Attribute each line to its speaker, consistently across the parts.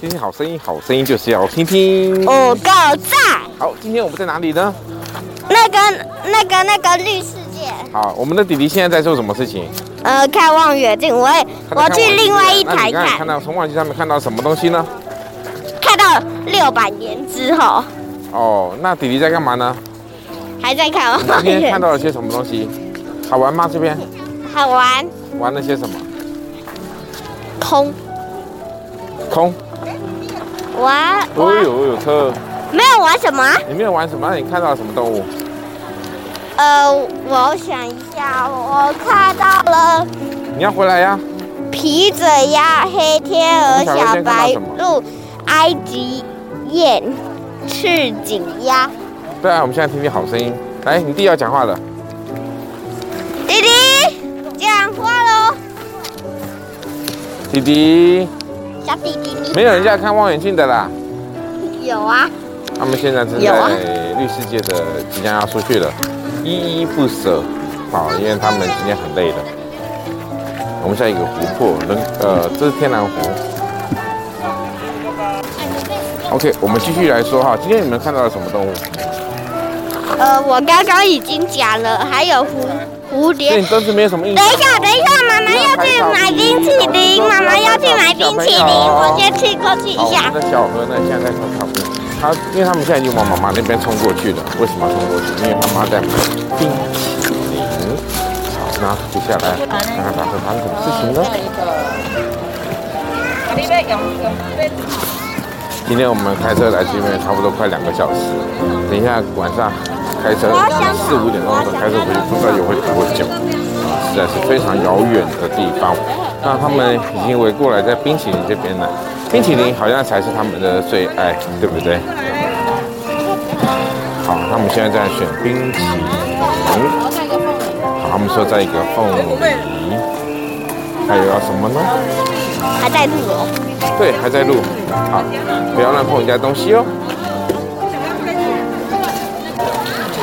Speaker 1: 听好声音，好声音就是要听听。
Speaker 2: 五够赞。
Speaker 1: 好，今天我们在哪里呢？
Speaker 2: 那个、那个、那个绿世界，
Speaker 1: 好，我们的弟弟现在在做什么事情？
Speaker 2: 呃，看望远镜，我也
Speaker 1: 他在
Speaker 2: 我
Speaker 1: 看
Speaker 2: 去
Speaker 1: 望远
Speaker 2: 另
Speaker 1: 镜
Speaker 2: 外一
Speaker 1: 啊那
Speaker 2: 台
Speaker 1: 你刚才看
Speaker 2: 看，
Speaker 1: 到从望远镜上面看到什么东西呢？
Speaker 2: 看到六百年之后
Speaker 1: 哦，那弟弟在干嘛呢？
Speaker 2: 还在看
Speaker 1: 你
Speaker 2: 望
Speaker 1: 今天看
Speaker 2: 远，
Speaker 1: 到了些什么东西？好玩吗？这边
Speaker 2: 好玩，
Speaker 1: 玩了些什么？
Speaker 2: 空
Speaker 1: 空。
Speaker 2: 玩
Speaker 1: 哦
Speaker 2: 玩，
Speaker 1: 呦呦车，
Speaker 2: 没有玩什么啊？
Speaker 1: 你没有玩什么？那你看到了什么动物？
Speaker 2: 呃，我想一下，我看到了
Speaker 1: 你要回来呀！
Speaker 2: 皮嘴鸭、黑天鹅、小白鹭、埃及雁、赤颈鸭。
Speaker 1: 对啊，我们现在听听好声音。来，你弟要讲话了。
Speaker 2: 弟弟，讲话喽，
Speaker 1: 弟弟，
Speaker 2: 小弟弟，你
Speaker 1: 没有人家看望远镜的啦。
Speaker 2: 有啊？
Speaker 1: 他们现在正
Speaker 2: 有啊
Speaker 1: 在绿世界的即将要出去了，依依不舍，好，因为他们今天很累的。我们下一个湖泊，人呃，这是天然湖。OK，我们继续来说哈，今天你们看到了什么动物？
Speaker 2: 呃，我刚刚已经讲了，还有蝴蝴
Speaker 1: 那
Speaker 2: 蝶
Speaker 1: 你。真是没有什么印象
Speaker 2: 等。一下，等一下，妈妈要去买冰淇淋，妈妈要去买冰淇淋，我先去过去一
Speaker 1: 好，我
Speaker 2: 下
Speaker 1: 们。的小何呢，现在在喝咖啡。他，因为他们现在已经往妈妈那边冲过去了。为什么要冲过去？因为妈妈在买冰淇淋。好，那接下来看看发生发生什么事情呢？今天我们开车来这边差不多快两个小时，等一下晚上开车四五点钟的时候开车回去，不知道也会多久，实在是非常遥远的地方。那他们已经围过来在冰淇淋这边了，冰淇淋好像才是他们的最爱，对不对？好，那我们现在在选冰淇淋。好，他们说在一个凤梨，还有要什么呢？
Speaker 2: 还在录哦。
Speaker 1: 对，还在录。好，不要乱碰人家东西哦。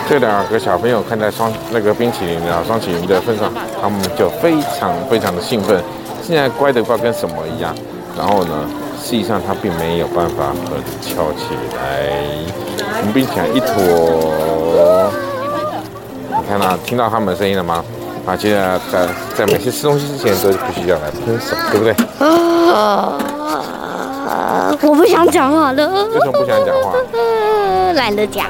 Speaker 1: 这两个小朋友看在双那个冰淇淋啊双淇淋的份上，他们就非常非常的兴奋，现在乖的快跟什么一样。然后呢，实际上他并没有办法很翘起来，嗯我们冰淇淋一坨。你看啊，听到他们的声音了吗？啊，接下来在在每次吃东西之前都必须要来喷手，对不对？
Speaker 2: 哦啊，我不想讲话了。为
Speaker 1: 什么不想讲话？
Speaker 2: 懒得讲。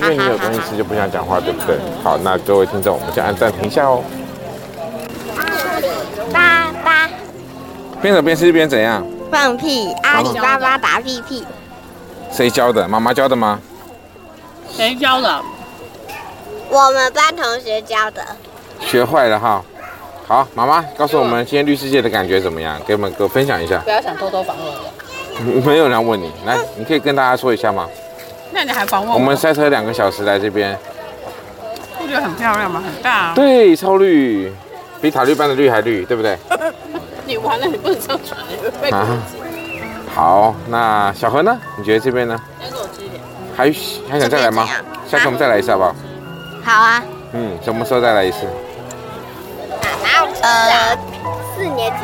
Speaker 1: 因为你有东西吃就不想讲话，对不对？
Speaker 3: 嗯
Speaker 1: 好，那各位听众，我们先按暂停一下哦。
Speaker 2: 爸爸
Speaker 1: 边走边吃边怎样？
Speaker 2: 放屁，阿里巴巴打屁屁。
Speaker 1: 谁教的？妈妈教的吗？
Speaker 3: 谁教的？
Speaker 2: 我们班同学教的，
Speaker 1: 学坏了哈。好，妈妈告诉我们今天绿世界的感觉怎么样？给我们哥分享一下。
Speaker 3: 不要想偷偷访问我。
Speaker 1: 没有人问你，来，你可以跟大家说一下吗？
Speaker 3: 那你还访问我？
Speaker 1: 我们塞车两个小时来这边，
Speaker 3: 不觉得很漂亮吗？很大、啊。
Speaker 1: 对，超绿，比塔绿班的绿还绿，对不对？
Speaker 3: 你完了，你不能上船，你会被攻
Speaker 1: 啊
Speaker 3: 击。
Speaker 1: 好，那小何呢？你觉得这边呢？
Speaker 3: 再给我吃一点。
Speaker 1: 还还想再来吗
Speaker 2: 这边怎？
Speaker 3: 啊
Speaker 2: 样
Speaker 1: 下次我们再来一次好不好？
Speaker 2: 好啊。
Speaker 1: 嗯，什么时候再来一次？
Speaker 2: 呃，四年级。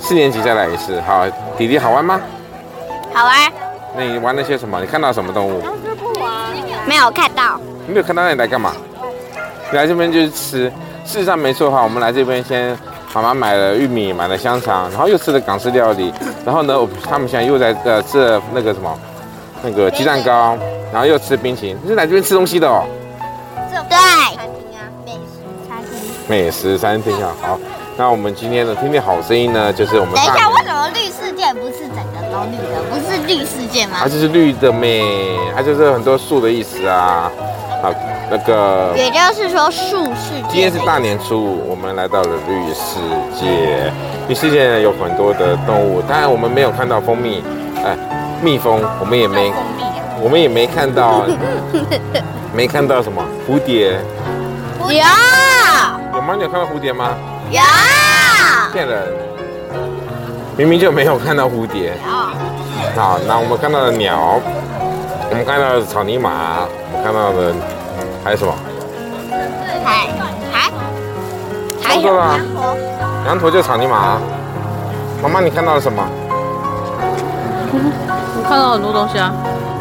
Speaker 1: 四年级再来一次。好，弟弟好玩吗？
Speaker 2: 好玩？
Speaker 1: 那你玩了些什么？你看到什么动物？
Speaker 2: 没有看到。
Speaker 1: 你没有看到那你来干嘛？你来这边就是吃。事实上没错哈，我们来这边先，妈妈买了玉米，买了香肠，然后又吃了港式料理，然后呢，我他们现在又在呃吃了那个什么，那个鸡蛋糕，然后又吃冰淇淋。你是来这边吃东西的哦，
Speaker 2: 对。
Speaker 4: 啊
Speaker 1: 美食餐厅啊。好，那我们今天的听听好声音呢，就是我们
Speaker 4: 等一
Speaker 1: 大
Speaker 4: 下，
Speaker 1: 明
Speaker 4: 为什么绿世界不是整个都绿的？不是绿世界吗
Speaker 1: 它？就是绿的咩，它就是很多树的意思啊。好，那个
Speaker 4: 也就是说，树世
Speaker 1: 今
Speaker 4: 界
Speaker 1: 天是大年初五，我们来到了绿世界。绿世界呢有很多的动物，当然我们没有看到蜂蜜，哎，蜜蜂，我们也没， 我们也没看 到，没看到什么蝴蝶，
Speaker 4: 有
Speaker 1: 有吗？你有看到蝴蝶吗？
Speaker 4: 有
Speaker 1: 骗人，明明就没有看到蝴蝶。
Speaker 2: 哦
Speaker 1: 好，那我们看到了鸟，我们看到了草泥马，我们看到了还有什么？
Speaker 4: 海海
Speaker 1: 差不多了。羊驼就是草泥马。妈妈，你看到了什么？
Speaker 3: 你看到很多东西啊，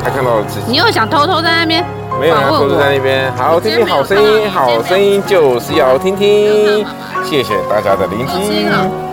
Speaker 1: 他看到了自己，
Speaker 3: 你又想偷偷在那边
Speaker 1: 没有啊，
Speaker 3: 访
Speaker 1: 偷
Speaker 3: 问
Speaker 1: 偷
Speaker 3: 我
Speaker 1: 在那边。好，听听好声音，好声音就是要听听。谢谢大家的聆
Speaker 3: 偷听
Speaker 1: 听
Speaker 3: 啊。